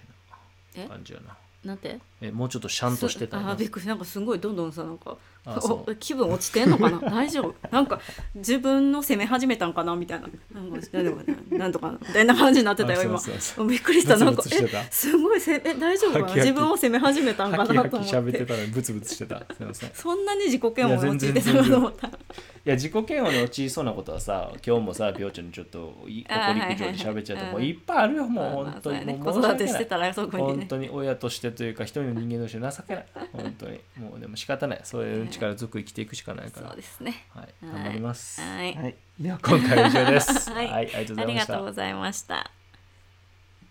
[SPEAKER 2] え
[SPEAKER 1] な感じやな
[SPEAKER 2] なんて
[SPEAKER 1] えもうちょっとシャンとしてたい
[SPEAKER 2] すあ
[SPEAKER 1] な
[SPEAKER 2] びっくりなんかすごいどんどんさなんか
[SPEAKER 1] あそう
[SPEAKER 2] お気分落ちてんのかな [laughs] 大丈夫なんか自分の責め始めたんかなみたいななんか大丈夫かななんとかなみたいな感じになってたよ
[SPEAKER 1] あ
[SPEAKER 2] 今
[SPEAKER 1] そうそうそ
[SPEAKER 2] びっくりしたなん
[SPEAKER 1] ブ
[SPEAKER 2] か
[SPEAKER 1] ツブツし
[SPEAKER 2] え
[SPEAKER 1] てた
[SPEAKER 2] すごいせえ大丈夫か
[SPEAKER 1] は
[SPEAKER 2] な
[SPEAKER 1] きはき
[SPEAKER 2] 自分を責め始めたんか
[SPEAKER 1] はき
[SPEAKER 2] な
[SPEAKER 1] は
[SPEAKER 2] と
[SPEAKER 1] き
[SPEAKER 2] 思
[SPEAKER 1] 喋
[SPEAKER 2] っ
[SPEAKER 1] って
[SPEAKER 2] て
[SPEAKER 1] たのにブツブツしてたすいませんい
[SPEAKER 2] そんなに自己嫌悪に陥ってた
[SPEAKER 1] いや
[SPEAKER 2] か
[SPEAKER 1] 全然
[SPEAKER 2] と思った
[SPEAKER 1] や自己嫌悪に陥りそうなことはさ今日もさ病長にちょっとい
[SPEAKER 2] あー
[SPEAKER 1] 怒り苦情で喋っちゃって
[SPEAKER 2] はいはいはい
[SPEAKER 1] もういっぱいあるよもう
[SPEAKER 2] まあまあ
[SPEAKER 1] 本当に
[SPEAKER 2] そうやね
[SPEAKER 1] もう
[SPEAKER 2] 子
[SPEAKER 1] 申し
[SPEAKER 2] 育
[SPEAKER 1] 訳
[SPEAKER 2] てし
[SPEAKER 1] な
[SPEAKER 2] て
[SPEAKER 1] い
[SPEAKER 2] たらそこに
[SPEAKER 1] 本
[SPEAKER 2] ね
[SPEAKER 1] 当に親としてというか一人の人間として情
[SPEAKER 2] [laughs]
[SPEAKER 1] けない本当にもうでも仕方ないそういう力強く生きていくしかないか
[SPEAKER 2] そ
[SPEAKER 1] ら
[SPEAKER 2] う、ですね
[SPEAKER 1] はい、頑張ります
[SPEAKER 2] はい
[SPEAKER 1] では今回は以上です
[SPEAKER 2] [laughs] はい
[SPEAKER 1] はい、ありがとうござい
[SPEAKER 2] あり
[SPEAKER 1] ま
[SPEAKER 2] が
[SPEAKER 1] した
[SPEAKER 2] とうございました